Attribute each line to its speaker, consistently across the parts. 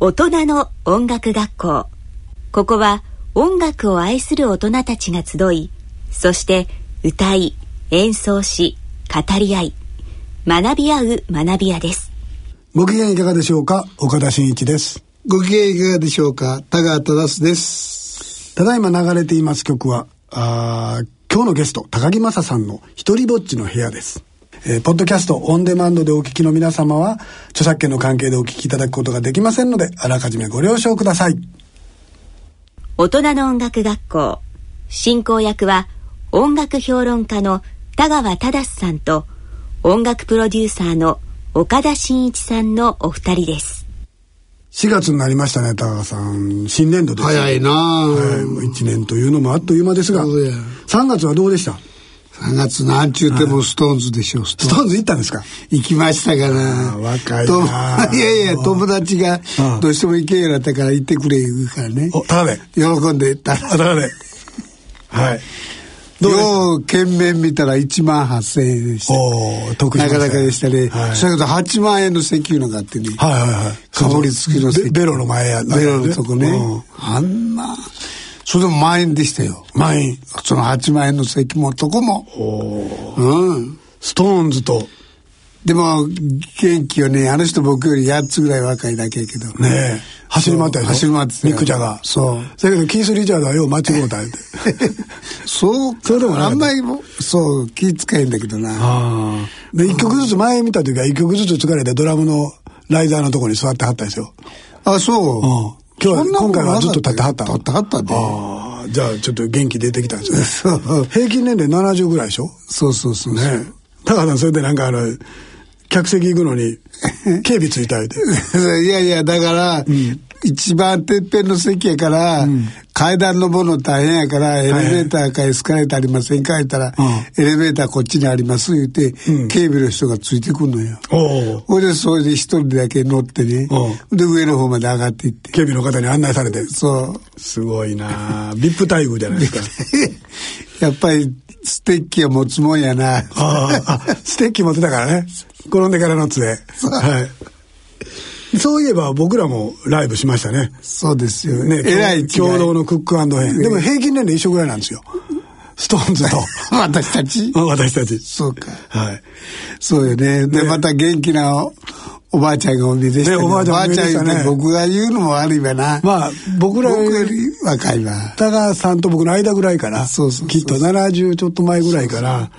Speaker 1: 大人の音楽学校ここは音楽を愛する大人たちが集いそして歌い演奏し語り合い学び合う学び屋です
Speaker 2: ご機嫌いかがでしょうか岡田真一です
Speaker 3: ご機嫌いかがでしょうか田川忠史です
Speaker 2: ただいま流れています曲はあー今日のゲスト高木雅さんの「一人ぼっちの部屋」です、えーポッドキャストオンデマンドでお聞きの皆様は著作権の関係でお聞きいただくことができませんのであらかじめご了承ください
Speaker 1: 大人の音楽学校進行役は音楽評論家の田川忠さんと音楽プロデューサーの岡田真一さんのお二人です
Speaker 2: 4月になりましたね高川さん新年度です
Speaker 3: 早いなあ、
Speaker 2: はい、もう1年というのもあっという間ですが
Speaker 3: そうや
Speaker 2: 3月はどうでした
Speaker 3: 3月なんちゅうてもストーンズでしょ、スト
Speaker 2: ス
Speaker 3: ーンズ
Speaker 2: トーンズ行ったんですか
Speaker 3: 行きましたか
Speaker 2: あー
Speaker 3: ら
Speaker 2: 若いな
Speaker 3: と いやいや友達が
Speaker 2: うん
Speaker 3: どうしても行けんようになったから行ってくれ言うからね
Speaker 2: お田辺
Speaker 3: 喜んで行った ら
Speaker 2: あ田辺はいどうでした
Speaker 3: よう懸命見たら1万8000円でした
Speaker 2: おー得しま
Speaker 3: な
Speaker 2: した
Speaker 3: か
Speaker 2: ね
Speaker 3: なかでしたね、
Speaker 2: はい
Speaker 3: それこそ8万円の石油のがあってね、
Speaker 2: はいはいはい
Speaker 3: かぶりつきの
Speaker 2: ベベロの前や
Speaker 3: ベロのとこね、
Speaker 2: うん
Speaker 3: あんなそれでも万円でしたよ
Speaker 2: 満員
Speaker 3: その8万円の席もとこもうん
Speaker 2: ストーンズと
Speaker 3: でも元気よねあの人僕より8つぐらい若いだけやけど
Speaker 2: ねえ走り回ったでしょ
Speaker 3: そう走り回ってたよ
Speaker 2: ミック・ジャガー
Speaker 3: そう
Speaker 2: だけどキース・リチャードはよう間違うた言うて
Speaker 3: そうか
Speaker 2: そうでもなかった
Speaker 3: あんまりもそう気遣えんだけどな
Speaker 2: ああで一曲ずつ前見た時は一曲ずつ疲れてドラムのライザーのとこに座ってはったんですよ
Speaker 3: あそう、
Speaker 2: 今日は
Speaker 3: そんなも
Speaker 2: 今回
Speaker 3: ん
Speaker 2: はずっと立ってはったの
Speaker 3: 立ってはったで
Speaker 2: ああじゃあちょっと元気出てきたんですよね
Speaker 3: そう
Speaker 2: 平均年齢70ぐらいでしょ
Speaker 3: そうそうそう
Speaker 2: ね
Speaker 3: そう
Speaker 2: え高田さんそれでなんかあの客席行くの に警備ついたいて
Speaker 3: いやいや、だから、一番てっぺんの席やから、階段登るの大変やから、エレベーターかエスカレーターありませんか言ったら、
Speaker 2: う
Speaker 3: エレベーターこっちにあります言って、
Speaker 2: ん
Speaker 3: 警備の人がついてくんのよ。
Speaker 2: おお
Speaker 3: ほいで、それで一人だけ乗ってね、
Speaker 2: う
Speaker 3: で、上の方まで上がっていって。
Speaker 2: 警備の方に案内されて
Speaker 3: そう。
Speaker 2: すごいなあ VIP 待遇じゃないですか
Speaker 3: やっぱり、ステッキは持つもんやな。
Speaker 2: あああステッキ持ってたからね転んでからの杖はいそういえば僕らもライブしましたね
Speaker 3: そうですよね
Speaker 2: ね。
Speaker 3: えらい違い
Speaker 2: 共同のクックヘン
Speaker 3: ね
Speaker 2: でも平均年齢一緒ぐらいなんですよストーンズ
Speaker 3: 私たち
Speaker 2: と私たち
Speaker 3: そうか。
Speaker 2: はい
Speaker 3: そうよね。で、
Speaker 2: ね
Speaker 3: また元気なおおばあちゃんがお見えでした
Speaker 2: ねおばあちゃん
Speaker 3: お
Speaker 2: お
Speaker 3: ばあ
Speaker 2: 見えで
Speaker 3: ちゃん
Speaker 2: したね
Speaker 3: 言うて僕が言うのも悪いわな。
Speaker 2: まあ僕らよ
Speaker 3: 僕
Speaker 2: り
Speaker 3: より若いわ。
Speaker 2: 北川さんと僕の間ぐらいから、
Speaker 3: そうそうそう
Speaker 2: きっと70ちょっと前ぐらいから、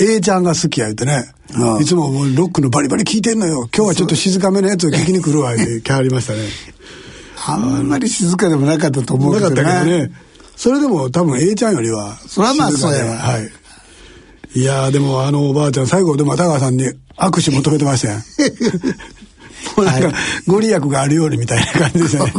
Speaker 2: A ちゃんが好きや言ってね、
Speaker 3: ああ
Speaker 2: いつももうロックのバリバリ聴いてんのよ。今日はちょっと静かめのやつを聞きに来るわ、って 来はりましたね。
Speaker 3: あんまり静かでもなかったと思う
Speaker 2: な
Speaker 3: け
Speaker 2: か
Speaker 3: ど
Speaker 2: った
Speaker 3: な。
Speaker 2: けどね。それでも多分 A ちゃんよりは
Speaker 3: それはまあ
Speaker 2: 静かで
Speaker 3: そうやわ
Speaker 2: はい。いやーでもあのおばあちゃん、最後でも田川さんに握手求めてま したよ。もうなんか、
Speaker 3: は
Speaker 2: ご利益があるようにみたいな感じでした ね。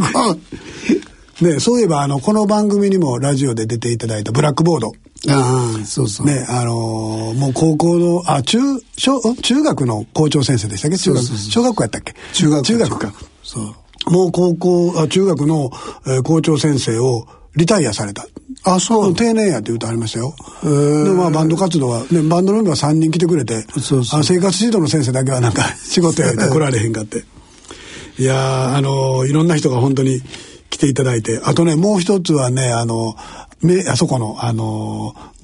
Speaker 2: ね、そういえばあの、この番組にもラジオで出ていただいたブラックボード。
Speaker 3: ああ、そうそう。
Speaker 2: ね、あのーもう高校の、あ、中、小、中学の校長先生でしたっけ中学、小学校やったっけ
Speaker 3: 中学校
Speaker 2: 中学か。そう。もう高校、あ中学の、えー校長先生をリタイアされた。あ、そう。定年やって歌ありましたよ。で、まあバンド活動は、ね、バンドのメンバー3人来てくれて、
Speaker 3: そうそ
Speaker 2: あ
Speaker 3: う
Speaker 2: の生活指導の先生だけはなんか 仕事やって来られへんかって。いやーあのーいろんな人が本当に来ていただいて、あとね、もう一つはね、あの、め、あそこの、あのー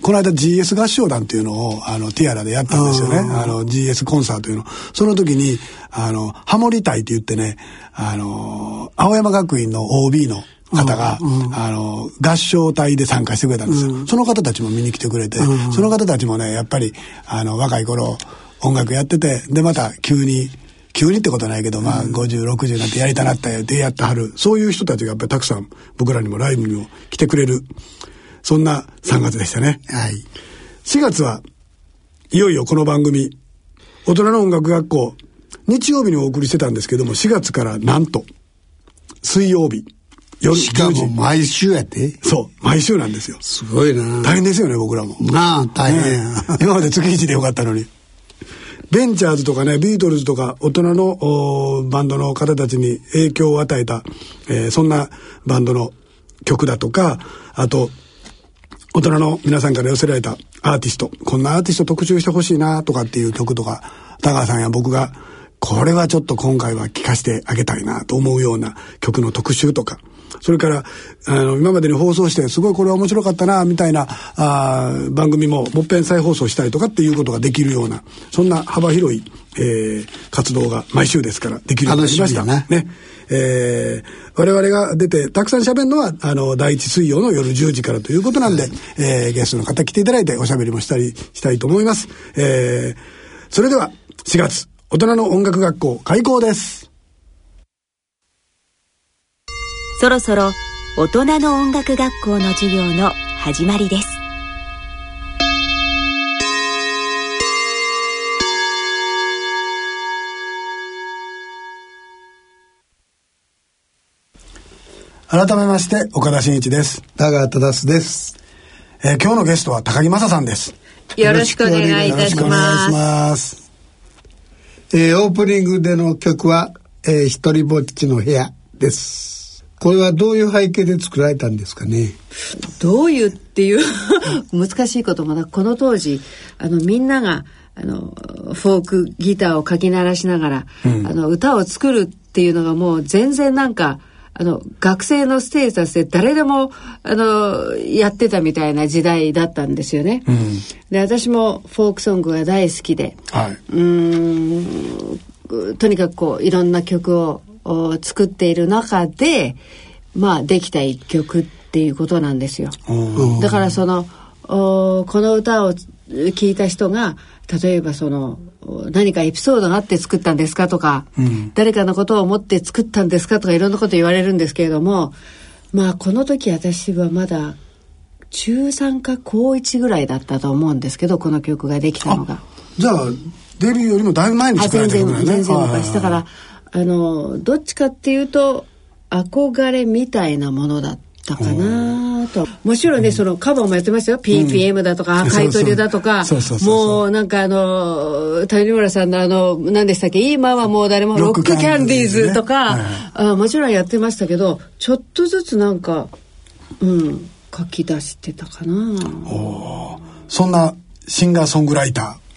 Speaker 2: この間 GS 合唱団っていうのを、あの、ティアラでやったんですよね。あの、GS コンサートというの。その時に、あの、ハモリ隊って言ってね、あのー青山学院の OB の方が、あのー合唱隊で参加してくれたんですよ。その方たちも見に来てくれて、その方たちもね、やっぱり、あの、若い頃、音楽やってて、で、また急に、急にってことはないけど、まあ、50、60になってやりたなったよってやってはる。そういう人たちがやっぱりたくさん僕らにもライブにも来てくれる。そんな3月でしたね。
Speaker 3: はい。
Speaker 2: 4月はいよいよこの番組、大人の音楽学校、日曜日にお送りしてたんですけども、4月からなんと、水曜日、夜
Speaker 3: しか
Speaker 2: 10時
Speaker 3: も。毎週やって。
Speaker 2: そう、毎週なんですよ。
Speaker 3: すごいな。
Speaker 2: 大変ですよね、僕らも。
Speaker 3: なあ、大変 や。
Speaker 2: 今まで月一でよかったのに。ベンチャーズとかね、ビートルズとか、大人のおーバンドの方たちに影響を与えた、えーそんなバンドの曲だとか、あと、大人の皆さんから寄せられたアーティスト、こんなアーティスト特集してほしいなとかっていう曲とか、田川さんや僕がこれはちょっと今回は聴かせてあげたいなと思うような曲の特集とか、それから、あの、今までに放送して、すごいこれは面白かったな、みたいな、あ番組も、もっぺん再放送したりとかっていうことができるような、そんな幅広い、えー、活動が毎週ですから、できるようになりました。ね。ね。えー、我々が出て、たくさん喋るのは、あの、第一水曜の夜10時からということなんで、うん、えー、ゲストの方来ていただいて、おしゃべりもしたり、したいと思います。えー、それでは、4月、大人の音楽学校開校です。
Speaker 1: そろそろ大人の音楽学校の授業の始まりです。
Speaker 2: 改めまして、岡田真一です。
Speaker 3: 田川忠史です。
Speaker 2: えー、今日のゲストは高木正さんです。
Speaker 4: よろしくお願いいたします。よろしくお願いします。
Speaker 3: えー、オープニングでの曲は、えー、一人ぼっちの部屋です。これはどういう背景で作られたんですかね
Speaker 4: どういうっていう難しいこともなくこの当時あのみんながあのフォークギターをかき鳴らしながら、うん、あの歌を作るっていうのがもう全然なんかあの学生のステータスで誰でもあのやってたみたいな時代だったんですよね。うん、で私もフォークソングが大好きで、はい、うんとにかくこういろんな曲をを作っている中で、まあ、できた一曲っていうことなんですよ。だからそのこの歌を聴いた人が例えばその何かエピソードがあって作ったんですかとか、うん、誰かのことを思って作ったんですかとかいろんなこと言われるんですけれどもまあこの時私はまだ中3か高1ぐらいだったと思うんですけどこの曲ができたのが。
Speaker 2: じゃあデビューよりもだいぶ前に作られた曲だよね。
Speaker 4: 全然昔だからあのどっちかっていうと憧れみたいなものだったかなともちろんね、うん、そのカバーもやってましたよ PPM だとか、うん、赤い鳥だとかもうなんかあの谷村さんのあの何でしたっけ今はもう誰もロックキャンディーズとか、ねはい、あもちろんやってましたけどちょっとずつなんかうん書き出してたかな
Speaker 2: そんなシンガーソングライター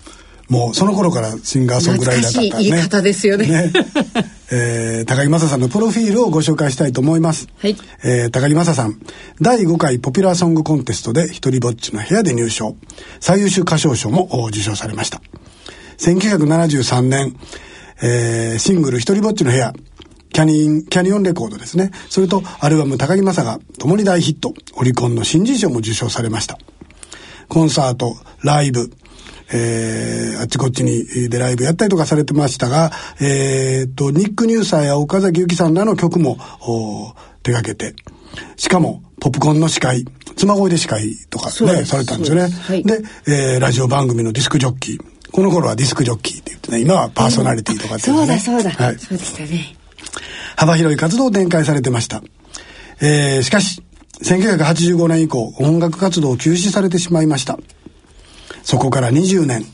Speaker 2: もうその頃からシンガーソングライターだった
Speaker 4: ね。言い方ですよね。ね
Speaker 2: えー、高木正さんのプロフィールをご紹介したいと思います。はい、えー、高木正さん、第5回ポピュラーソングコンテストで一人ぼっちの部屋で入賞、最優秀歌唱賞も受賞されました。1973年、えー、シングル一人ぼっちの部屋、キャニン、キャニオンレコードですね。それとアルバム高木正が共に大ヒット、オリコンの新人賞も受賞されました。コンサート、ライブ、えー、あっちこっちにでライブやったりとかされてましたが、えー、と、ニック・ニューサーや岡崎由紀さんらの曲も手掛けて、しかも、ポップコーンの司会、妻声で司会とかね、されたんですよね。で,、はいで、えー、ラジオ番組のディスクジョッキー。この頃はディスクジョッキーって言ってね、今はパーソナリティとかって
Speaker 4: いう、ね、うん、そうだそうだ。はい。そうでしたね。
Speaker 2: 幅広い活動を展開されてました。えー、しかし、1985年以降、音楽活動を休止されてしまいました。そこから20年。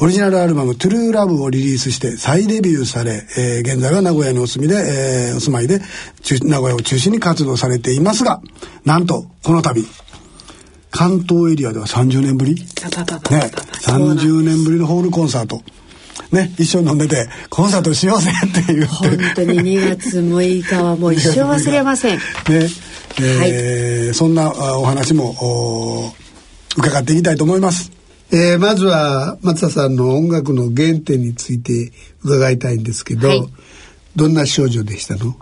Speaker 2: オリジナルアルバム、トゥルーラブをリリースして再デビューされ、えー、現在は名古屋にお住みで、えー、お住まいで、名古屋を中心に活動されていますが、なんと、この度、関東エリアでは30年ぶりね、30年ぶりのホールコンサート。ね、一緒に飲んでて、コンサートしようぜって言って。
Speaker 4: 本当に2月6日はもう一生忘れません。ね、
Speaker 2: えーはい、そんなお話も、伺っていきたいと思います。
Speaker 3: えー、まずは松田さんの音楽の原点について伺いたいんですけど、はい、どんな少女でしたの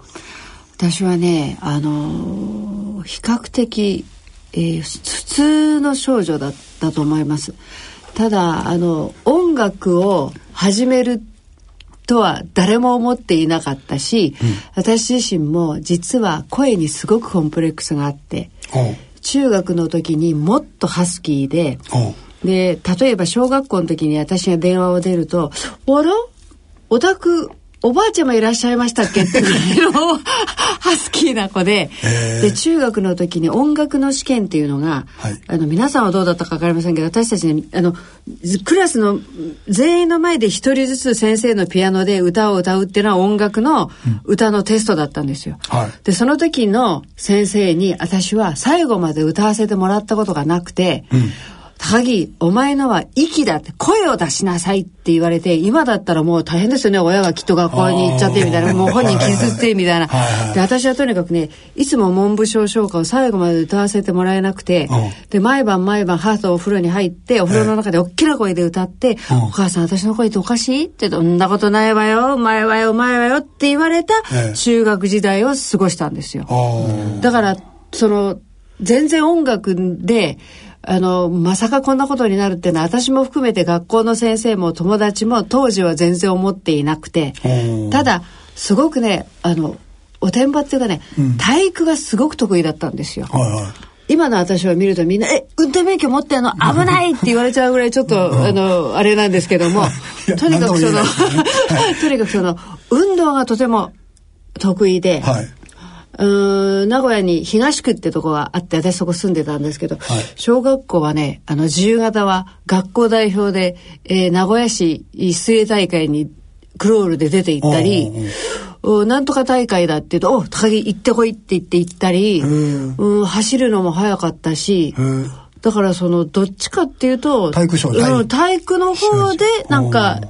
Speaker 4: 私はね、あのー、比較的、えー、普通の少女だったと思います。ただあの音楽を始めるとは誰も思っていなかったし、うん、私自身も実は声にすごくコンプレックスがあって。中学の時にもっとハスキーで、で、例えば小学校の時に私が電話を出ると、あらお宅、おばあちゃまいらっしゃいましたっけってぐらいのハスキーな子で、で、中学の時に音楽の試験っていうのが、はい、あの、皆さんはどうだったかわかりませんけど、私たちね、あの、クラスの全員の前で一人ずつ先生のピアノで歌を歌うっていうのは音楽の歌のテストだったんですよ。うんはい、で、その時の先生に私は最後まで歌わせてもらったことがなくて、うん高木、お前のは息だって声を出しなさいって言われて、今だったらもう大変ですよね。親がきっと学校に行っちゃってみたいな、もう本人傷つってみたいな。で、私はとにかくね、いつも文部省唱歌を最後まで歌わせてもらえなくて、で、毎晩毎晩母とお風呂に入って、お風呂の中で大きな声で歌って、お母さん私の声っておかしいって言って、そんなことないわよ、お前はよ、お前はよって言われた
Speaker 2: ええ
Speaker 4: 中学時代を過ごしたんですよ。
Speaker 2: あ
Speaker 4: だから、その、全然音楽で、あの、まさかこんなことになるってのは、私も含めて学校の先生も友達も当時は全然思っていなくて、ただ、すごくね、あの、おてんばっていうかね、体育がすごく得意だったんですよ。
Speaker 2: あはいはい
Speaker 4: 今の私を見るとみんな、え、運転免許持ってんの危ないって言われちゃうぐらいちょっと、あの、あれなんですけども、とにかくその、 とにかくその、運動がとても得意で、
Speaker 2: はいう
Speaker 4: ーん名古屋に東区ってとこがあって私そこ住んでたんですけど、小学校はねあの自由形は学校代表で、えー名古屋市水泳大会にクロールで出て行ったりおなんとか大会だって言うと「お高木行ってこい」って言って行ったりうん走るのも速かったし
Speaker 2: ん
Speaker 4: だからそのどっちかっていうと
Speaker 2: 体育賞
Speaker 4: うん体育の方でなんか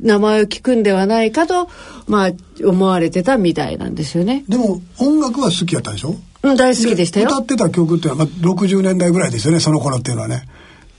Speaker 4: 名前を聞くんではないかと、まあ、思われてたみたいなんですよね。
Speaker 2: でも音楽は好きやったでしょ
Speaker 4: うん、大好きでしたよ。
Speaker 2: 歌ってた曲ってのは、まあ、60年代ぐらいですよねその頃っていうのはね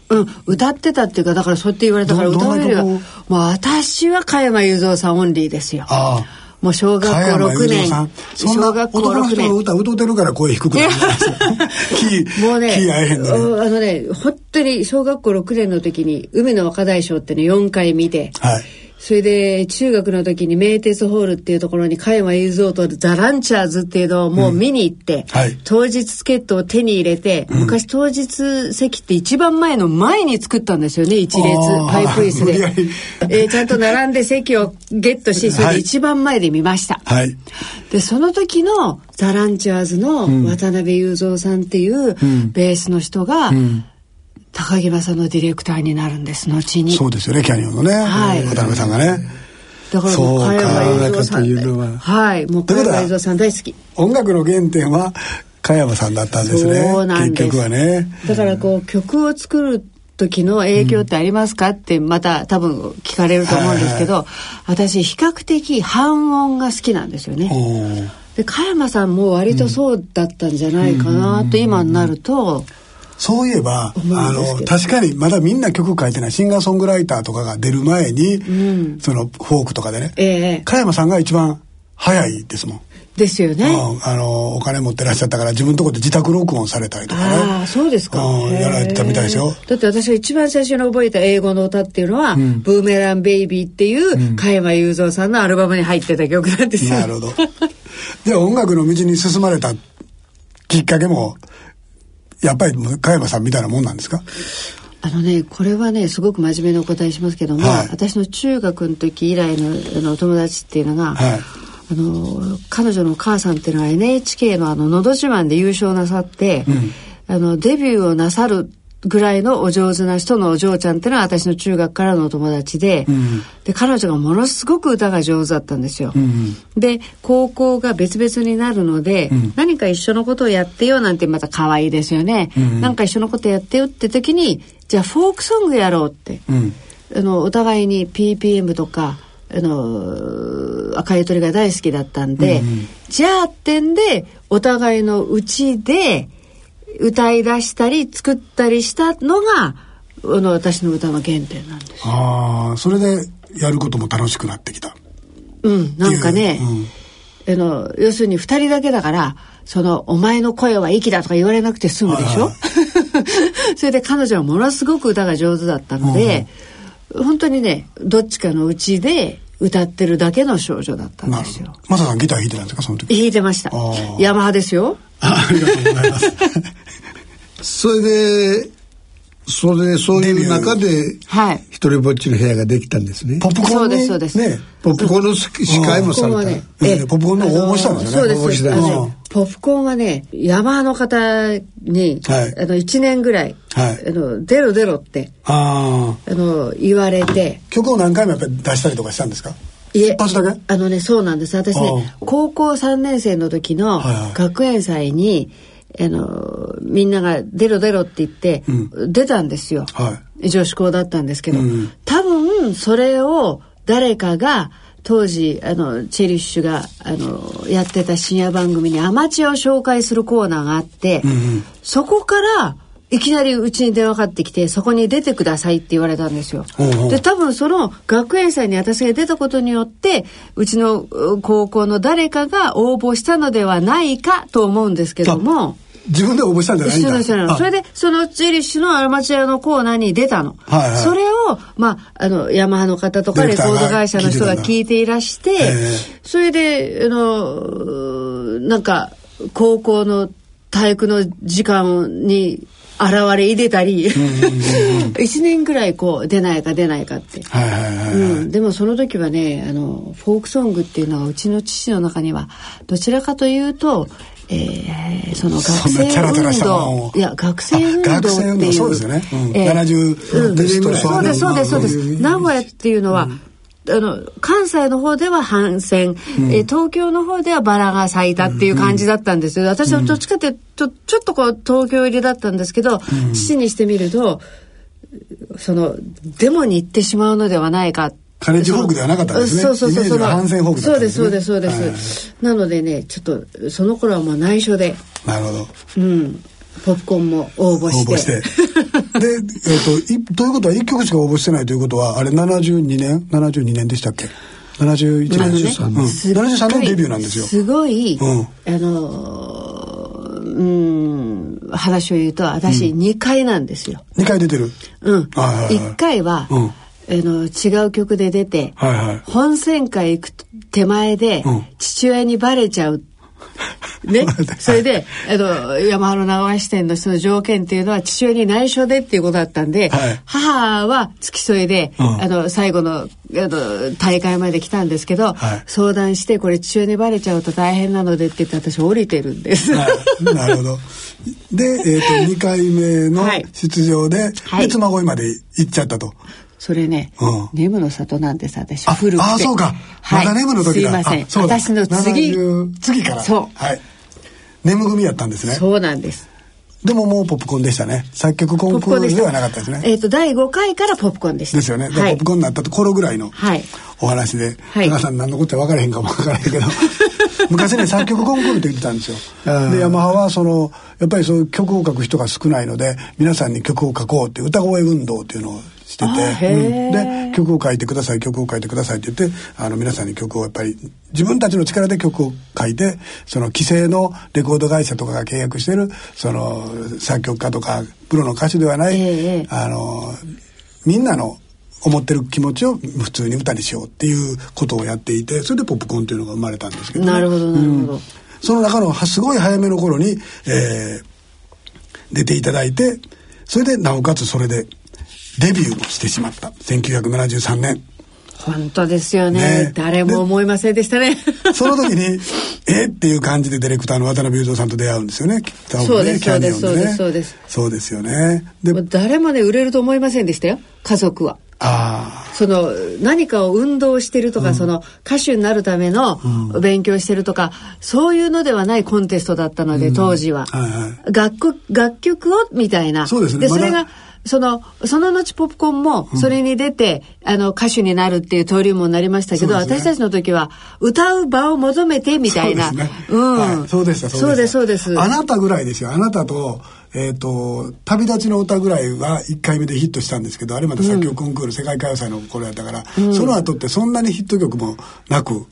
Speaker 4: うん、歌ってたっていうか、だからそうやって言われたから
Speaker 2: ど
Speaker 4: 歌われるよ
Speaker 2: どん
Speaker 4: り
Speaker 2: な
Speaker 4: は。もう私は加山雄三さんオンリーですよ。
Speaker 2: あ
Speaker 4: もう小学
Speaker 2: 加
Speaker 4: 校
Speaker 2: 山
Speaker 4: 6
Speaker 2: 雄三
Speaker 4: 年
Speaker 2: さん。そんな
Speaker 4: 小学校
Speaker 2: 男の
Speaker 4: 6
Speaker 2: 人の
Speaker 4: 年。
Speaker 2: 歌歌うてるから声低くなるんですよキー
Speaker 4: もうね、
Speaker 2: キー合えへんのに
Speaker 4: うんあのね、本当に小学校6年の時に、海の若大将っていうの4回見て、
Speaker 2: はい
Speaker 4: それで中学の時に名鉄ホールっていうところに加山雄三とザ・ランチャーズっていうのをもう見に行って、
Speaker 2: はい
Speaker 4: 当日チケットを手に入れて、昔当日席って一番前の前に作ったんですよね一列
Speaker 2: あー
Speaker 4: パイプ椅子
Speaker 2: 無理や
Speaker 4: で
Speaker 2: り、
Speaker 4: えーちゃんと並んで席をゲットしそれ
Speaker 2: は
Speaker 4: で
Speaker 2: い
Speaker 4: 一番前で見ました、
Speaker 2: はい
Speaker 4: でその時のザ・ランチャーズの渡辺雄三さんっていうベースの人が、高木正のディレクターになるんです後に
Speaker 2: そうですよねキャニオンのね、
Speaker 4: はい
Speaker 2: 渡辺さんがね
Speaker 4: だからもう加山雄三さん
Speaker 3: そうか世の中というのは
Speaker 4: はいもう加山雄三さん大好き
Speaker 2: 音楽の原点は加山さんだったんですね
Speaker 4: そうなんです
Speaker 2: 結局はね
Speaker 4: だからこう曲を作る時の影響ってありますかってまた多分聞かれると思うんですけど私比較的半音が好きなんですよね。
Speaker 2: うん
Speaker 4: で加山さんも割とそうだったんじゃないかなと今になると
Speaker 2: そういえば、
Speaker 4: 思う
Speaker 2: あ
Speaker 4: んです
Speaker 2: の、
Speaker 4: けど
Speaker 2: 確かにまだみんな曲書いてないシンガーソングライターとかが出る前に、そのフォークとかでね、
Speaker 4: ええ
Speaker 2: 加山さんが一番早いですもん。
Speaker 4: ですよね。
Speaker 2: うんあの、お金持ってらっしゃったから自分のとこで自宅録音されたりとか
Speaker 4: ああ
Speaker 2: ね。
Speaker 4: そうですか
Speaker 2: うんやられてたみたいですよ
Speaker 4: へえだって私が一番最初に覚えた英語の歌っていうのは「ブーメランベイビー」っていう加山雄三さんのアルバムに入ってた曲なんですよ。
Speaker 2: なるほど。じゃあ音楽の道に進まれたきっかけも、やっぱり加山さんみたいなもんなんですか
Speaker 4: あのね、これはね、すごく真面目にお答えしますけども、
Speaker 2: はい
Speaker 4: 私の中学の時以来のあのお友達っていうのが、
Speaker 2: はい
Speaker 4: あの彼女のお母さんっていうのは NHK の「あののど自慢」で優勝なさって、あのデビューをなさるぐらいのお上手な人のお嬢ちゃんっていうのは私の中学からのお友達で,、で彼女がものすごく歌が上手だったんですよ。で高校が別々になるので、何か一緒のことをやってよなんてまた可愛いですよね、なんか一緒のことやってよって時にじゃあフォークソングやろうって、あのお互いに PPM とかあの赤い鳥が大好きだったんで、じゃあってんでお互いのうちで歌い出したり作ったりしたのがあの私の歌の原点なんです。
Speaker 2: ああ、それでやることも楽しくなってきた。
Speaker 4: うん、なんかね、あの要するに2人だけだからその「お前の声は息だ」とか言われなくて済むでしょ、 それで彼女はものすごく歌が上手だったので、本当にねどっちかのうちで歌ってるだけの少女だったん
Speaker 2: な
Speaker 4: で
Speaker 2: る
Speaker 4: す
Speaker 2: ほど
Speaker 4: よ。。
Speaker 2: マサさんギター弾いてたんですかその時。
Speaker 4: 弾いてました
Speaker 2: ー
Speaker 4: ヤマハですよ
Speaker 2: あありがとうございます。
Speaker 3: それで、それでそういう中で、
Speaker 4: はい
Speaker 3: 一人ぼっちの部屋ができたんですね。
Speaker 2: ポップコーンに
Speaker 4: そうですそうで
Speaker 2: ね
Speaker 4: す、
Speaker 3: ポップコーンの司会もされ
Speaker 4: ポップコーンは
Speaker 3: た。
Speaker 4: ね
Speaker 2: え
Speaker 4: え
Speaker 2: えポップコーンの応募したんですよね
Speaker 4: あのそうです
Speaker 3: 応募したんです
Speaker 4: あのねポップコーンはね山の方
Speaker 2: は
Speaker 4: に、
Speaker 2: い
Speaker 4: あの1年ぐらい、
Speaker 2: はい
Speaker 4: あの出ろ出ろって
Speaker 2: ああ。
Speaker 4: あの言われて
Speaker 2: 曲を何回もやっぱり出したりとかしたんですか
Speaker 4: い
Speaker 2: 一発だけ
Speaker 4: あのねそうなんです私ね
Speaker 2: あ
Speaker 4: 高校3年生の時の
Speaker 2: はいはい
Speaker 4: 学園祭に、あのみんなが「出ろ出ろ」って言って、出たんですよ、
Speaker 2: は
Speaker 4: 女子校だったんですけど、
Speaker 2: うん
Speaker 4: 多分それを誰かが当時あのチェリッシュがあのやってた深夜番組にアマチュアを紹介するコーナーがあって、そこからいきなりうちに電話かかってきてそこに出てくださいって言われたんですよ。
Speaker 2: ほうほう
Speaker 4: で多分その学園祭に私が出たことによってうちのう高校の誰かが応募したのではないかと思うんですけども。
Speaker 2: 自分で応募したんじゃないんだ
Speaker 4: そうですそうです
Speaker 2: あ
Speaker 4: それで、そのチェリッシュのアマチュアのコーナーに出たの。
Speaker 2: はいはい
Speaker 4: それを、まあ、あの、ヤマハの方とか
Speaker 2: ディ
Speaker 4: レ
Speaker 2: レクタ
Speaker 4: コ
Speaker 2: ー
Speaker 4: ー
Speaker 2: が
Speaker 4: ド会社の人が聞いていらして、
Speaker 2: ええ
Speaker 4: それで、あの、うーなんか、高校の体育の時間に、現れ入れたり、 一年ぐらいこう出ないか出ないかって、
Speaker 2: はいはいはい、はい
Speaker 4: うん、でもその時はねあのフォークソングっていうのはうちの父の中にはどちらかというと、えーその学
Speaker 2: そんなチャ
Speaker 4: 生
Speaker 2: ラチャラし
Speaker 4: 運
Speaker 2: たもの
Speaker 4: 動
Speaker 2: を
Speaker 4: いや学生運動っ
Speaker 2: あ
Speaker 4: て
Speaker 2: 学生運動
Speaker 4: いう
Speaker 2: そうですよねうん
Speaker 4: えー
Speaker 2: 70
Speaker 4: うん
Speaker 2: デシベル
Speaker 4: そうですそうですそうです名古屋っていうのは、あの関西の方では反戦、えー東京の方ではバラが咲いたっていう感じだったんですよ、私はどっちかっていうとちょちょっとこう東京入りだったんですけど、父にしてみるとそのデモに行ってしまうのではないか
Speaker 2: カレッジホークではなかったんですね
Speaker 4: そうそうそう
Speaker 2: イメージが反戦ホークだ
Speaker 4: そ
Speaker 2: った
Speaker 4: うん
Speaker 2: で
Speaker 4: ですす
Speaker 2: ね
Speaker 4: そうですそうです、なのでねちょっとその頃はもう内緒で
Speaker 2: なるほど
Speaker 4: うんポップコーンも応募して
Speaker 2: 応募 してで、えっといということは1曲しか応募してないということはあれ72年72年でしたっけ71年
Speaker 4: あのね
Speaker 2: うん、
Speaker 4: すっごい
Speaker 2: 73年デビューなんですよ
Speaker 4: すごい、
Speaker 2: うん
Speaker 4: あのーうん話を言うと私2回なんですよ、
Speaker 2: 2回出てる
Speaker 4: うん
Speaker 2: はいはいはい
Speaker 4: 1回は、
Speaker 2: うん
Speaker 4: あの違う曲で出て、
Speaker 2: はいはい
Speaker 4: 本選会行く手前で、
Speaker 2: うん
Speaker 4: 父親にバレちゃう。 ね、それで、あの、山原長谷支店の人の条件っていうのは父親に内緒でっていうことだったんで、
Speaker 2: はい
Speaker 4: 母は付き添いで、
Speaker 2: うん
Speaker 4: あの、最後の、あの、大会まで来たんですけ
Speaker 2: は
Speaker 4: ど、
Speaker 2: い
Speaker 4: 相談して、これ父親にバレちゃうと大変なのでって言って私降りてるんです。
Speaker 2: はいなるほど。で、えっ、と、2回目の
Speaker 4: はい
Speaker 2: 出場で、
Speaker 4: はい
Speaker 2: で、妻恋まで行っちゃったと。
Speaker 4: それね、
Speaker 2: うん
Speaker 4: ネムの里なんです私
Speaker 2: あ
Speaker 4: 古くて
Speaker 2: あそうか
Speaker 4: はい、
Speaker 2: まだネムの時だ
Speaker 4: すいません
Speaker 2: あそうだ
Speaker 4: 私の次
Speaker 2: 70次から。
Speaker 4: そう
Speaker 2: はい。眠組やったんですね。
Speaker 4: そうなんです
Speaker 2: でももうポップコーンでしたね。作曲コ
Speaker 4: ポ
Speaker 2: ン
Speaker 4: ップ
Speaker 2: ク
Speaker 4: コー
Speaker 2: ー
Speaker 4: ンで
Speaker 2: ル
Speaker 4: し
Speaker 2: で
Speaker 4: た
Speaker 2: はなかったですね。
Speaker 4: えっ、と第5回からポップコーンでした
Speaker 2: ですよね。だから
Speaker 4: は
Speaker 2: ポ
Speaker 4: い
Speaker 2: ップコーンになったと頃ぐらいの
Speaker 4: はい
Speaker 2: お話で、
Speaker 4: はい
Speaker 2: 高橋さん何のことか分からへんかも分からへんけ ど昔ね作曲コンクールって言ってたんですよでヤマハはそのやっぱりそういう曲を書く人が少ないので皆さんに曲を書こうって歌声運動っていうのをして
Speaker 4: あ
Speaker 2: て、
Speaker 4: へー
Speaker 2: うんで曲を書いてください曲を書いてくださいって言ってあの皆さんに曲をやっぱり自分たちの力で曲を書いてその既成のレコード会社とかが契約してるその作曲家とかプロの歌手ではない、
Speaker 4: ええ
Speaker 2: あのみんなの思ってる気持ちを普通に歌にしようっていうことをやっていてそれでポップコーンっていうのが生まれたんですけどね、
Speaker 4: なるほどなるほど、
Speaker 2: その中のはすごい早めの頃に、えー出ていただいてそれでなおかつそれでデビューもしてしまった1973年
Speaker 4: 本当ですよね
Speaker 2: ね
Speaker 4: 誰も思いませんでしたね
Speaker 2: その時に えっていう感じでディレクターの渡辺裕三さんと出会うんですよねきっとね
Speaker 4: そうです
Speaker 2: キャニオンね
Speaker 4: そうです
Speaker 2: そうですよねで
Speaker 4: もう 誰もね売れると思いませんでしたよ家族は
Speaker 2: あ
Speaker 4: その何かを運動してるとか、その歌手になるための勉強してるとか、そういうのではないコンテストだったので、当時は、
Speaker 2: はいは
Speaker 4: 楽曲楽曲をみたいな
Speaker 2: そうですねま
Speaker 4: そ
Speaker 2: だ
Speaker 4: れがそのその後ポップコーンもそれに出て、あの歌手になるっていう登竜門になりましたけど、
Speaker 2: そうですね
Speaker 4: 私たちの時は歌う場を求めてみ
Speaker 2: あ
Speaker 4: たい
Speaker 2: そ
Speaker 4: な
Speaker 2: うですね、
Speaker 4: うん
Speaker 2: はい、そうでした
Speaker 4: そうですそうです
Speaker 2: あなたぐらいですよあなたとえっ、と「旅立ちの歌」ぐらいは1回目でヒットしたんですけどあれまた作曲コンクール、世界歌謡祭の頃やったから、その後ってそんなにヒット曲もなく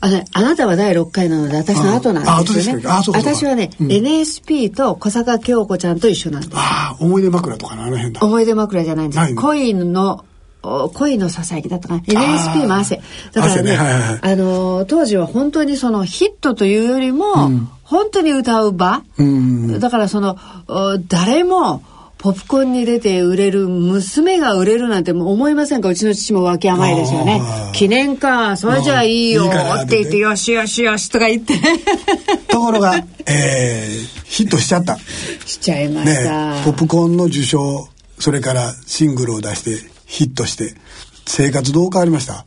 Speaker 4: あのあなたは第6回なので私の後
Speaker 2: あ
Speaker 4: な
Speaker 2: あ
Speaker 4: んですよ
Speaker 2: 後で
Speaker 4: ね
Speaker 2: す。かあそうかそうか
Speaker 4: 私はね、NSP と小坂京子ちゃんと一緒なんです。
Speaker 2: ああ思い出枕とかのあの辺だ
Speaker 4: 思い出枕じゃないんで
Speaker 2: ない
Speaker 4: す。
Speaker 2: の
Speaker 4: 恋の、お恋のささやきだったかな。NSP も汗。だから
Speaker 2: 汗ね
Speaker 4: ね、
Speaker 2: はいはいはい
Speaker 4: あのー当時は本当にそのヒットというよりも、本当に歌う場、だからその、お誰も、ポップコーンに出て売れる娘が売れるなんてもう思いませんかうちの父も脇甘いですよね
Speaker 2: あー
Speaker 4: 記念かそれじゃあいいよ
Speaker 2: いいから
Speaker 4: って言ってよしよしよしとか言って
Speaker 2: ところが、えー、ヒットしちゃった
Speaker 4: しちゃいま
Speaker 2: ね
Speaker 4: した、
Speaker 2: ポップコーンの受賞それからシングルを出してヒットして生活どう変わりました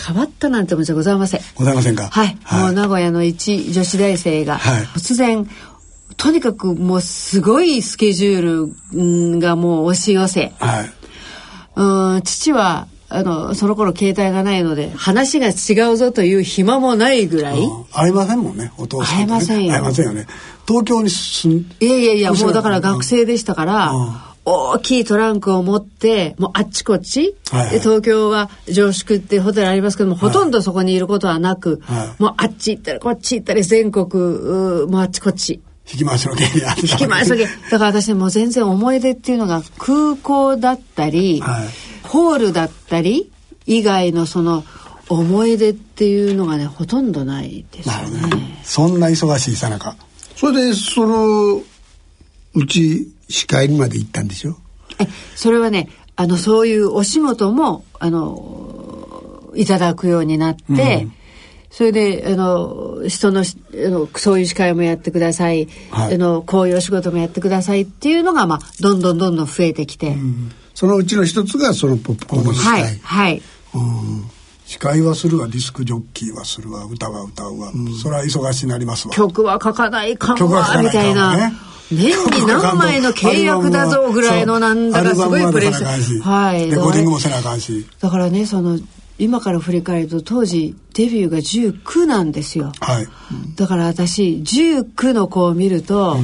Speaker 4: 変わったなんてもんじゃございません。
Speaker 2: ございませんか
Speaker 4: はい、もう名古屋の一女子大生が
Speaker 2: はい
Speaker 4: 突然、とにかくもうすごいスケジュールうんがもう押し寄せ、
Speaker 2: はい。
Speaker 4: うん父はあのその頃携帯がないので話が違うぞという暇もないぐらい。
Speaker 2: うん会えませんもんね、お父さんとね、
Speaker 4: 会えませんよ
Speaker 2: 会えませんよね。東京に住ん、
Speaker 4: いやいやいや、
Speaker 2: 面白
Speaker 4: も
Speaker 2: いう
Speaker 4: だから学生でしたから
Speaker 2: うん、
Speaker 4: 大きいトランクを持って、もうあっちこっち、
Speaker 2: はいはい
Speaker 4: で東京は常宿ってホテルありますけども、ほとんどそこにいることはなく、
Speaker 2: はい
Speaker 4: もうあっち行ったりこっち行ったり、全国、うーもうあっちこっち。
Speaker 2: 引き回しの芸人
Speaker 4: 引き回しだけ。だから私ね、もう全然思い出っていうのが、空港だったり、
Speaker 2: はい
Speaker 4: ホールだったり、以外のその、思い出っていうのがね、ほとんどないですよ
Speaker 2: なるほど
Speaker 4: ね
Speaker 2: ね。そんな忙しいさなか。
Speaker 3: それでそのうち歯科医にまで行ったんでしょ
Speaker 4: えそれはねあのそういうお仕事もあのいただくようになって、それであの人のしあのそういう司会もやってください、
Speaker 2: はい
Speaker 4: あのこういうお仕事もやってくださいっていうのが、まあ、どんどんどんどん増えてきて、
Speaker 3: そのうちの一つがそのポップコーンの歯科
Speaker 4: は
Speaker 3: 医、
Speaker 4: いはい
Speaker 2: 司会はするわ、ディスクジョッキーはするわ、歌は歌うわ。それは忙しになりますわ。
Speaker 4: 曲は書かないかも
Speaker 2: 曲は書かない
Speaker 4: み
Speaker 2: か
Speaker 4: た
Speaker 2: もね
Speaker 4: いな。年に何枚の契約だぞぐらいのなんだかすごいプレッシャー。
Speaker 2: は
Speaker 4: はい
Speaker 2: い。レコーディングもせなあかんし。
Speaker 4: だからねその今から振り返ると当時デビューが19なんですよ
Speaker 2: はい。
Speaker 4: だから私19の子を見ると、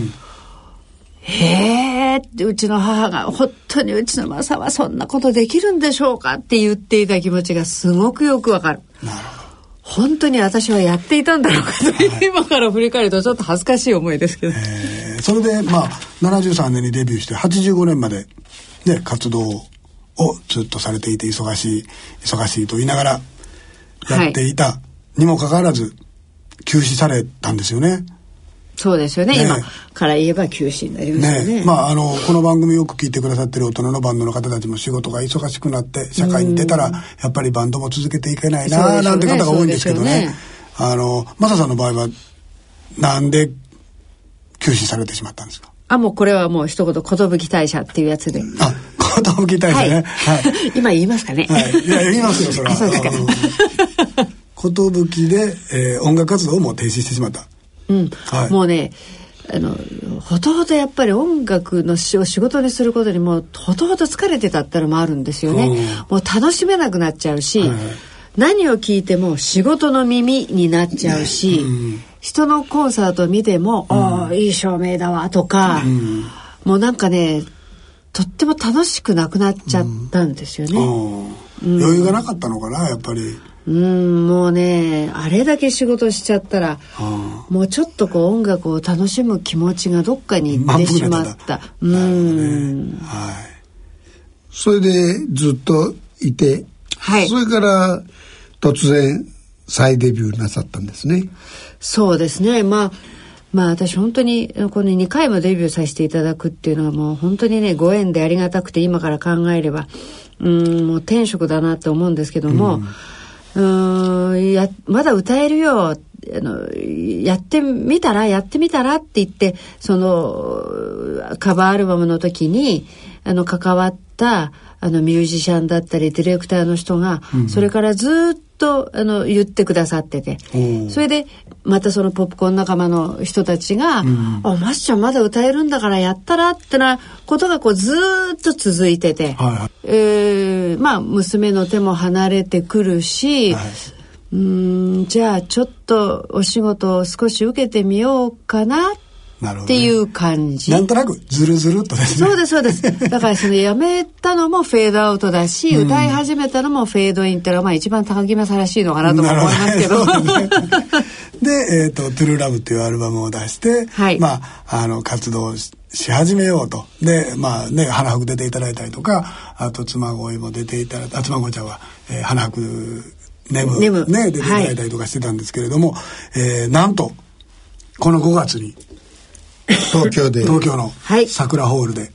Speaker 4: へえってうちの母が本当にうちのマサはそんなことできるんでしょうかって言っていた気持ちがすごくよくわかる
Speaker 2: なるほど。
Speaker 4: 本当に私はやっていたんだろうかと、今から振り返るとちょっと恥ずかしい思いですけど、
Speaker 2: えーそれで、まあ、73年にデビューして、85年まで、ね、活動をずっとされていて、忙しい、忙しいと言いながら、やっていたにもかかわらず、休止されたんですよね。
Speaker 4: そうですよね
Speaker 2: ね
Speaker 4: 今から言えば休止になりますよね
Speaker 2: ねまあ、あの、この番組よく聞いてくださってる大人のバンドの方たちも仕事が忙しくなって、社会に出たら、やっぱりバンドも続けていけない
Speaker 4: そう
Speaker 2: な、
Speaker 4: でしょ
Speaker 2: な
Speaker 4: うん
Speaker 2: て
Speaker 4: ね
Speaker 2: 方が多いんですけど
Speaker 4: そうでしょう
Speaker 2: ね
Speaker 4: ね。
Speaker 2: あの、マサさんの場合は、なんで、休止されてしまったんですか
Speaker 4: あもうこれはもう一言「寿大社」っていうやつで
Speaker 2: あ、ことぶき大
Speaker 4: はい
Speaker 2: 社ね。はい。
Speaker 4: 今言いますかね、
Speaker 2: はい。いや、言いますよ、それは。
Speaker 4: あそうですか
Speaker 2: あの ことぶきで、えー音楽活動をもう停止してしまった。
Speaker 4: うん
Speaker 2: はい
Speaker 4: もうねあのほとほとやっぱり音楽の仕を仕事にすることにもうほとほと疲れてたってのもあるんですよね
Speaker 2: うん
Speaker 4: もう楽しめなくなっちゃうし、
Speaker 2: はいはい
Speaker 4: 何を聞いても仕事の耳になっちゃうし、人のコンサートを見ても「ああいい照明だわ」とか、もうなんかねとっても楽しくなくなっちゃったんですよね。
Speaker 2: うん。余裕がなかったのかな、やっぱり。
Speaker 4: うんもうねあれだけ仕事しちゃったらもうちょっとこう音楽を楽しむ気持ちがどっかに行ってしまっ
Speaker 2: 満
Speaker 4: たうん、
Speaker 2: はい。
Speaker 3: それでずっといて、
Speaker 4: はい
Speaker 3: それから突然再デビューなさったんですね
Speaker 4: そうですねまあまあ私本当にこの2回もデビューさせていただくっていうのはもう本当にねご縁でありがたくて今から考えればうんもう天職だなと思うんですけども、うん、んやまだ歌えるよあのやってみたらやってみたらって言ってそのカバーアルバムの時にあの関わったあのミュージシャンだったりディレクターの人が、それからずっとあの言ってくださっててそれでまたそのポップコーン仲間の人たちが「あマッシュちゃんまだ歌えるんだからやったら」ってなことがこうずーっと続いて
Speaker 2: は
Speaker 4: て、
Speaker 2: いはい
Speaker 4: えーまあ娘の手も離れてくるし、
Speaker 2: はいう
Speaker 4: ーんじゃあちょっとお仕事を少し受けてみようかな
Speaker 2: なるほどね、
Speaker 4: っていう感じ。
Speaker 2: なんとなく、ずるずるっとですね。
Speaker 4: そうですそ うです。だからそのやめたのもフェードアウトだし、歌い始めたのもフェードインってのはまあ一番高木正らしいのかなとも思いますけど。
Speaker 2: なるほねそうですねで、えっ、と、トゥルーラブっていうアルバムを出して、
Speaker 4: はい
Speaker 2: まあ、あの、活動しし始めようと。で、まあね、花博出ていただいたりとか、あと、妻恋も出ていただいた、あ妻恋ちゃんは、えー花博、ネム、
Speaker 4: ネム
Speaker 2: ね、出ていただいたりとかしてたんですけれども、えーなんと、この5月に、
Speaker 3: 東京で
Speaker 2: 東京の
Speaker 4: はい
Speaker 2: 桜ホールで、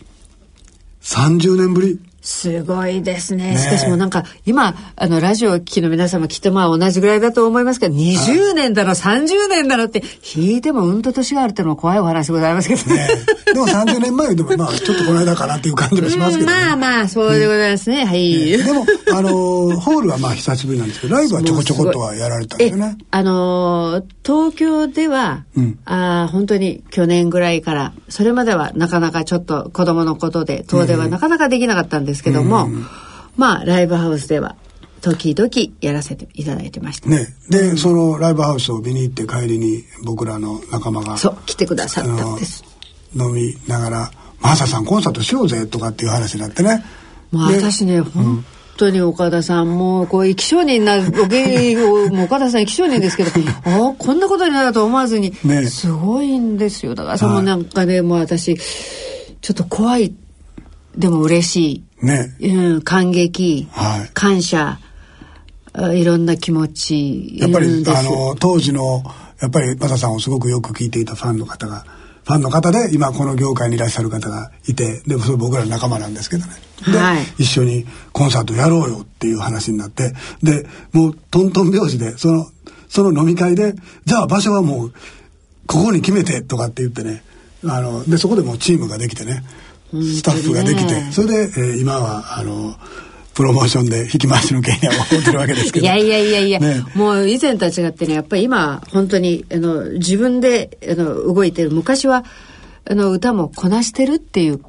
Speaker 2: 30年ぶり、
Speaker 4: すごいですね。しかしもうなんか、今、あの、ラジオを聴きの皆様きっとまあ同じぐらいだと思いますけど、20年だの、30年だのって、引いてもうんと年があるってのも怖いお話でございますけどね。
Speaker 2: でも30年前よりも、まあ、ちょっとこの間かなっていう感じもしますけど、ね。
Speaker 4: まあまあ、そうでございますね。はい。
Speaker 2: でも、あのーホールはまあ久しぶりなんですけど、ライブはちょこちょことはやられたんですよね
Speaker 4: え。あのー東京では、
Speaker 2: うん
Speaker 4: あー本当に去年ぐらいからそれまではなかなかちょっと子供のことで遠出はなかなかできなかったんですけども、まあライブハウスでは時々やらせていただいてました、
Speaker 2: ね。で、そのライブハウスを見に行って帰りに僕らの仲間が、
Speaker 4: そう来てくださ
Speaker 2: あ
Speaker 4: ったん
Speaker 2: の
Speaker 4: です、
Speaker 2: 飲みながら「マーサさんコンサートしようぜ」とかっていう話になってね。
Speaker 4: まあ、
Speaker 2: で
Speaker 4: 私ね本当に岡田さんもうこう生き証人なお芸もう岡田さん生き証人ですけどああこんなことになると思わずに、
Speaker 2: ね
Speaker 4: すごいんですよだからそのなんかね、もう私ちょっと怖いでも嬉し
Speaker 2: ね。
Speaker 4: い、うん、感激、
Speaker 2: はい
Speaker 4: 感謝あいろんな気持ち
Speaker 2: やっぱ
Speaker 4: うん
Speaker 2: り
Speaker 4: です
Speaker 2: あの当時のやっぱりマサさんをすごくよく聞いていたファンの方がファンの方で今この業界にいらっしゃる方がいてでそれ僕らの仲間なんですけどね。で、
Speaker 4: はい
Speaker 2: 一緒にコンサートやろうよっていう話になってでもうトントン拍子でそのその飲み会でじゃあ場所はもうここに決めてとかって言ってねあのでそこでもうチームができてね
Speaker 4: 当にね
Speaker 2: スタッフができて、それで、えー今はあのプロモーションで引き回しの権利を持ってるわけですけ
Speaker 4: い
Speaker 2: ど
Speaker 4: やいやいやいや、
Speaker 2: ね
Speaker 4: もう以前とは違ってね、やっぱり今、本当に、あの、自分で、あの、動いてる。昔は、あの、歌もこなしてるっていう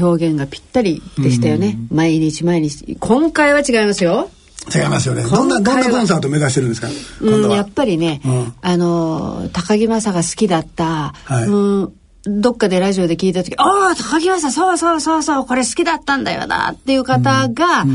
Speaker 4: 表現がぴったりでしたよね。毎日毎日。今回は違いますよ。
Speaker 2: 違いますよね。
Speaker 4: 今
Speaker 2: どんな、どん
Speaker 4: 回は
Speaker 2: なコンサート目指してるんですか今
Speaker 4: う
Speaker 2: 度
Speaker 4: ん、や
Speaker 2: は
Speaker 4: っ。ぱりね、
Speaker 2: うん
Speaker 4: あの、高木雅が好きだった、
Speaker 2: はい
Speaker 4: うん、どっかでラジオで聞いた時、ああ、高木雅、そうそうそうそう、これ好きだったんだよな、っていう方が、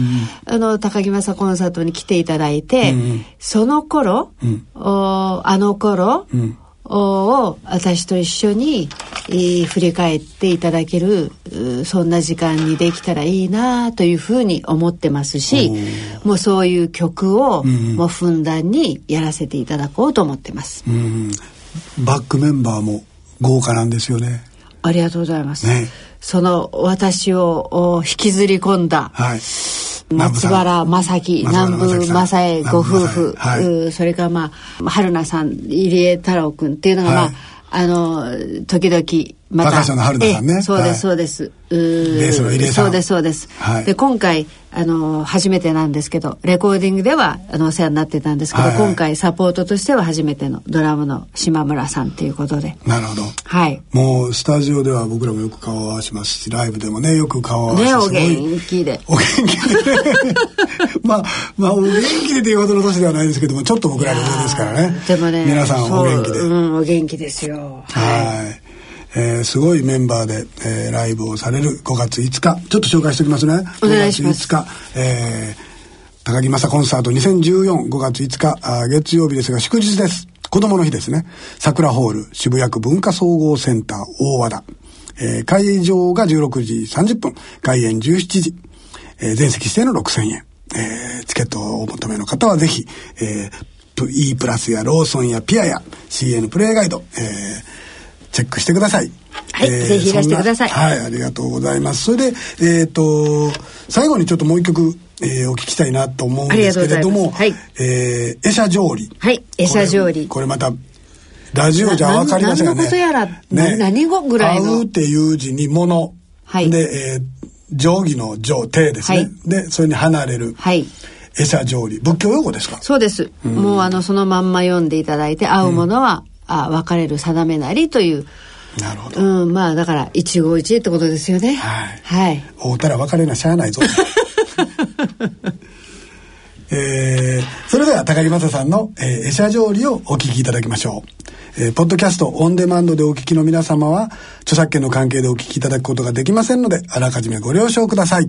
Speaker 4: あの、高木雅コンサートに来ていただいて、
Speaker 2: うん
Speaker 4: その頃、
Speaker 2: うん
Speaker 4: おあの頃、
Speaker 2: うん
Speaker 4: おを私と一緒に、えー振り返っていただけるうそんな時間にできたらいいなというふうに思ってますしもうそういう曲をもうふんだんにやらせていただこうと思ってます、
Speaker 2: うん。バックメンバーも豪華なんですよね。
Speaker 4: ありがとうございます、
Speaker 2: ね
Speaker 4: その私をお引きずり込んだ
Speaker 2: はい。
Speaker 4: 松原正樹
Speaker 2: 松原
Speaker 4: 南部
Speaker 2: 正樹さん
Speaker 4: 正恵ご夫婦、
Speaker 2: 南部正恵は
Speaker 4: うーそれからまあ春菜さん入江太郎君っていうのがまあ、
Speaker 2: はい
Speaker 4: あの時々また
Speaker 2: 若い人の春菜さんね
Speaker 4: ええそう
Speaker 2: は
Speaker 4: で
Speaker 2: い
Speaker 4: すそうです、うー
Speaker 2: ベースの入江さん
Speaker 4: そうですそうです、
Speaker 2: はい
Speaker 4: で今回あの初めてなんですけどレコーディングではあのお世話になってたんですけど、
Speaker 2: はいはい
Speaker 4: 今回サポートとしては初めてのドラムの島村さんということで
Speaker 2: なるほど。
Speaker 4: はい
Speaker 2: もう、スタジオでは僕らもよく顔を合わしますし、ライブでもね、よく顔を合わせて。
Speaker 4: ねお
Speaker 2: すごい
Speaker 4: 元気で
Speaker 2: お元気でね。 まあ、まあ、お元気でというほどの年ではないですけども、ちょっと僕らの上ですからね。
Speaker 4: でもね
Speaker 2: 皆さんお元気で
Speaker 4: そう。うん、お元気ですよ
Speaker 2: はい。えーすごいメンバーで、えーライブをされる5月5日。ちょっと紹介しておきますね。
Speaker 4: お願いします
Speaker 2: 5月5日、えー高木正コンサート20145月5日あー、月曜日ですが祝日です。子供の日ですね。桜ホール渋谷区文化総合センター大和田。えー会場が16時30分、開演17時。えー全席指定の6000円。えーチケットをお求めの方はぜひ、えープ E プラスやローソンやピアや CN プレイガイド、えーチェックしてください。
Speaker 4: はいぜひいらしてください
Speaker 2: そんなはい、ありがとうございます。それで、えっ、と、最後にちょっともう一曲、えーお聞きしたいなと思うんですけれども、
Speaker 4: ありがとうございます
Speaker 2: えー、エシャ上理。
Speaker 4: はいエシャ上理
Speaker 2: これこれまた、ラジオじゃわかりませんがね。
Speaker 4: な何のことやらな何語ぐらいの
Speaker 2: 合うっていう字にもの。
Speaker 4: はい
Speaker 2: で、えー、定義の定、定ですね。
Speaker 4: はい
Speaker 2: で、それに離れる。
Speaker 4: はい
Speaker 2: エシャ上理。仏教用語ですか
Speaker 4: そうです。もうあのそのまんま読んでいただいて、合うものは、あ別れる定めなりという、
Speaker 2: なるほど。
Speaker 4: うん、まあだから一期一会ってことですよね。
Speaker 2: はい
Speaker 4: はい。
Speaker 2: 会うたら別れなしゃあないぞ。 えーそれでは高木正さんの、えー、エシャ条理をお聞きいただきましょう、えーポッドキャストオンデマンドでお聞きの皆様は著作権の関係でお聞きいただくことができませんのであらかじめご了承ください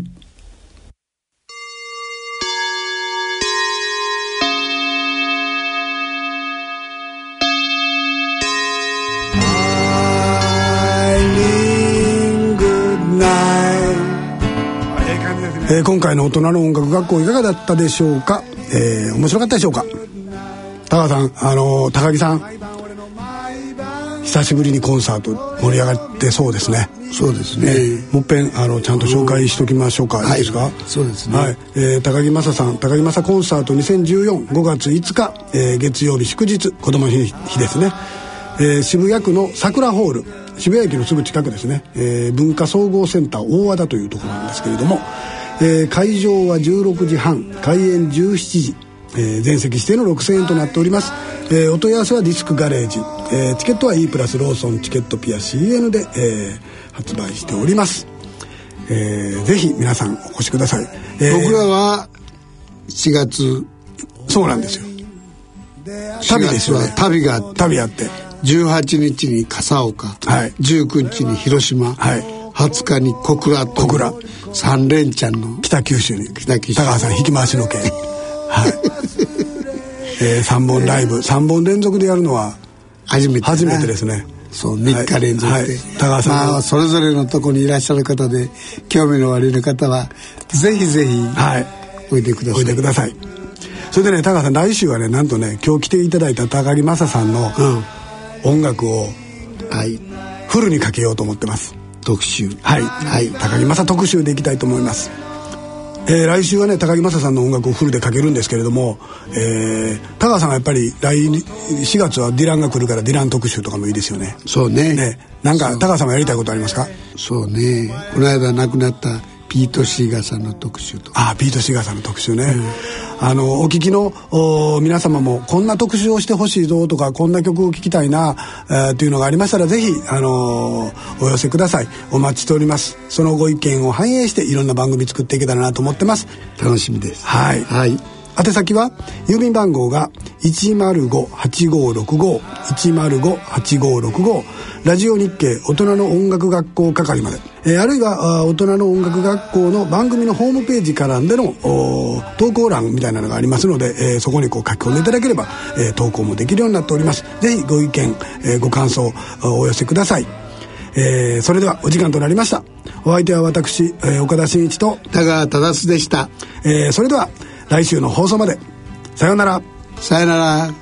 Speaker 2: えー今回の大人の音楽学校いかがだったでしょうか、えー面白かったでしょうか高田さんあのー高木さん久しぶりにコンサート盛り上がってそうですね
Speaker 3: そうですね、
Speaker 2: えー、もっぺんあのちゃんと紹介しときましょうか、いいですか、
Speaker 3: そうですね
Speaker 2: はいえー高木雅さん高木雅コンサート20145月5日、えー月曜日祝日子ども日日ですね、えー渋谷区の桜ホール渋谷駅のすぐ近くですね、えー文化総合センター大和田というところなんですけれども、えー会場は16時半開演17時えー全席指定の6000円となっております、えーお問い合わせはディスクガレージ、えーチケットは E プラスローソンチケットピア CN で、えー発売しております、えーぜひ皆さんお越しください、えー
Speaker 3: 僕らは7月
Speaker 2: そうなんですよ
Speaker 3: 4
Speaker 2: 旅です
Speaker 3: 月
Speaker 2: よ
Speaker 3: は
Speaker 2: ね
Speaker 3: 旅があって
Speaker 2: 旅やって
Speaker 3: 18日に笠岡、
Speaker 2: はい
Speaker 3: 19日に広島、
Speaker 2: はい
Speaker 3: 20日に小倉と
Speaker 2: 小倉
Speaker 3: 3連チャンの
Speaker 2: 北九州に
Speaker 3: 北九州
Speaker 2: 高橋さん引き回しの件 はい、え3本ライブ、三3本連続でやるのは
Speaker 3: 初めてな
Speaker 2: 初めてですね
Speaker 3: そう3日連続で、
Speaker 2: はいはい高橋さん
Speaker 3: まあそれぞれのとこにいらっしゃる方で興味のおありの方はぜひぜひ
Speaker 2: はい
Speaker 3: おいでくださ
Speaker 2: お
Speaker 3: い、
Speaker 2: いでくださいそれでね高橋さん来週はねなんとね今日来ていただいた高木雅さんの音楽を
Speaker 3: はい
Speaker 2: フルにかけようと思ってます
Speaker 3: 特集
Speaker 2: はい、
Speaker 3: はい
Speaker 2: 高木雅特集でいきたいと思いますえー来週はね高木雅さんの音楽をフルでかけるんですけれども、えー高橋さんがやっぱり来4月はディランが来るからディラン特集とかもいいですよね
Speaker 3: そうね
Speaker 2: ねなんか高橋さんがやりたいことありますか
Speaker 3: そうねこの間亡くなったピート・シーガーさんの特集と
Speaker 2: ああピート・シガーさんの特集ね、あのお聞きのお皆様もこんな特集をしてほしいぞとかこんな曲を聴きたいな、えー、っていうのがありましたらぜひ、あのーお寄せくださいお待ちしておりますそのご意見を反映していろんな番組作っていけたらなと思ってます
Speaker 3: 楽しみです
Speaker 2: はい
Speaker 3: はい
Speaker 2: 宛先は郵便番号が1058565 1058565ラジオ日経大人の音楽学校係まで、えーあるいはあー大人の音楽学校の番組のホームページからでのおー投稿欄みたいなのがありますので、えーそこにこう書き込んでいただければ、えー投稿もできるようになっておりますぜひご意見、えーご感想あーお寄せください、えーそれではお時間となりましたお相手は私、えー岡田真一と
Speaker 3: 田川忠志でした
Speaker 2: えーそれでは来週の放送までさようなら
Speaker 3: さよなら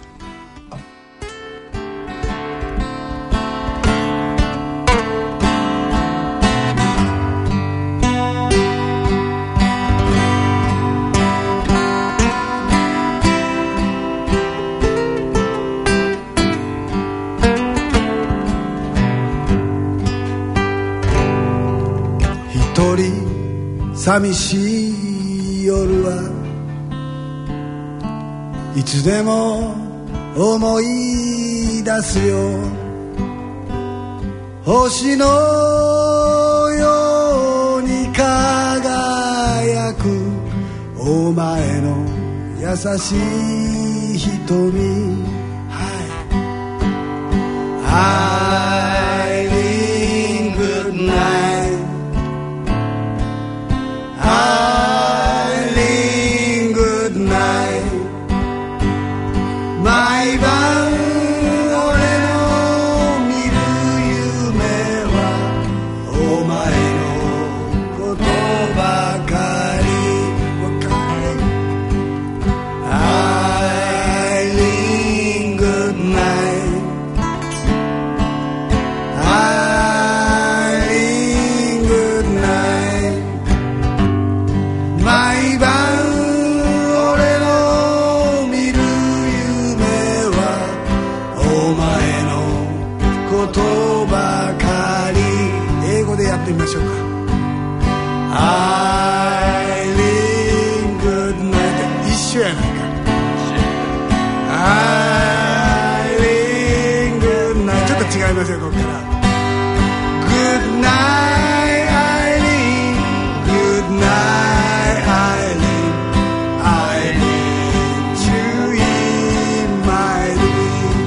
Speaker 2: 一人寂しい夜はいつでも思い出すよ星のように輝くお前の優しい瞳、はい、I mean good night Darling, good night 毎晩俺の見る夢はお前のことばかり Darling, good night Darling, good night 毎晩俺の見る夢はお前のことばかり英語でやってみましょうか I live good night 一緒やないか I live good night ちょっと違いますよここから Good night, Eileen. Good night, Eileen. I need you in my dream.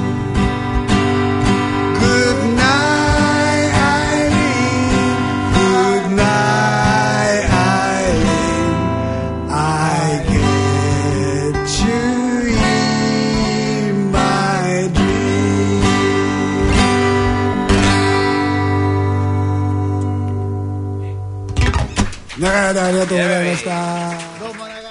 Speaker 2: Good night, Eileen. Good night, Eileen. I get you in my dream. 長い間ありがとうございました。
Speaker 3: どうも長い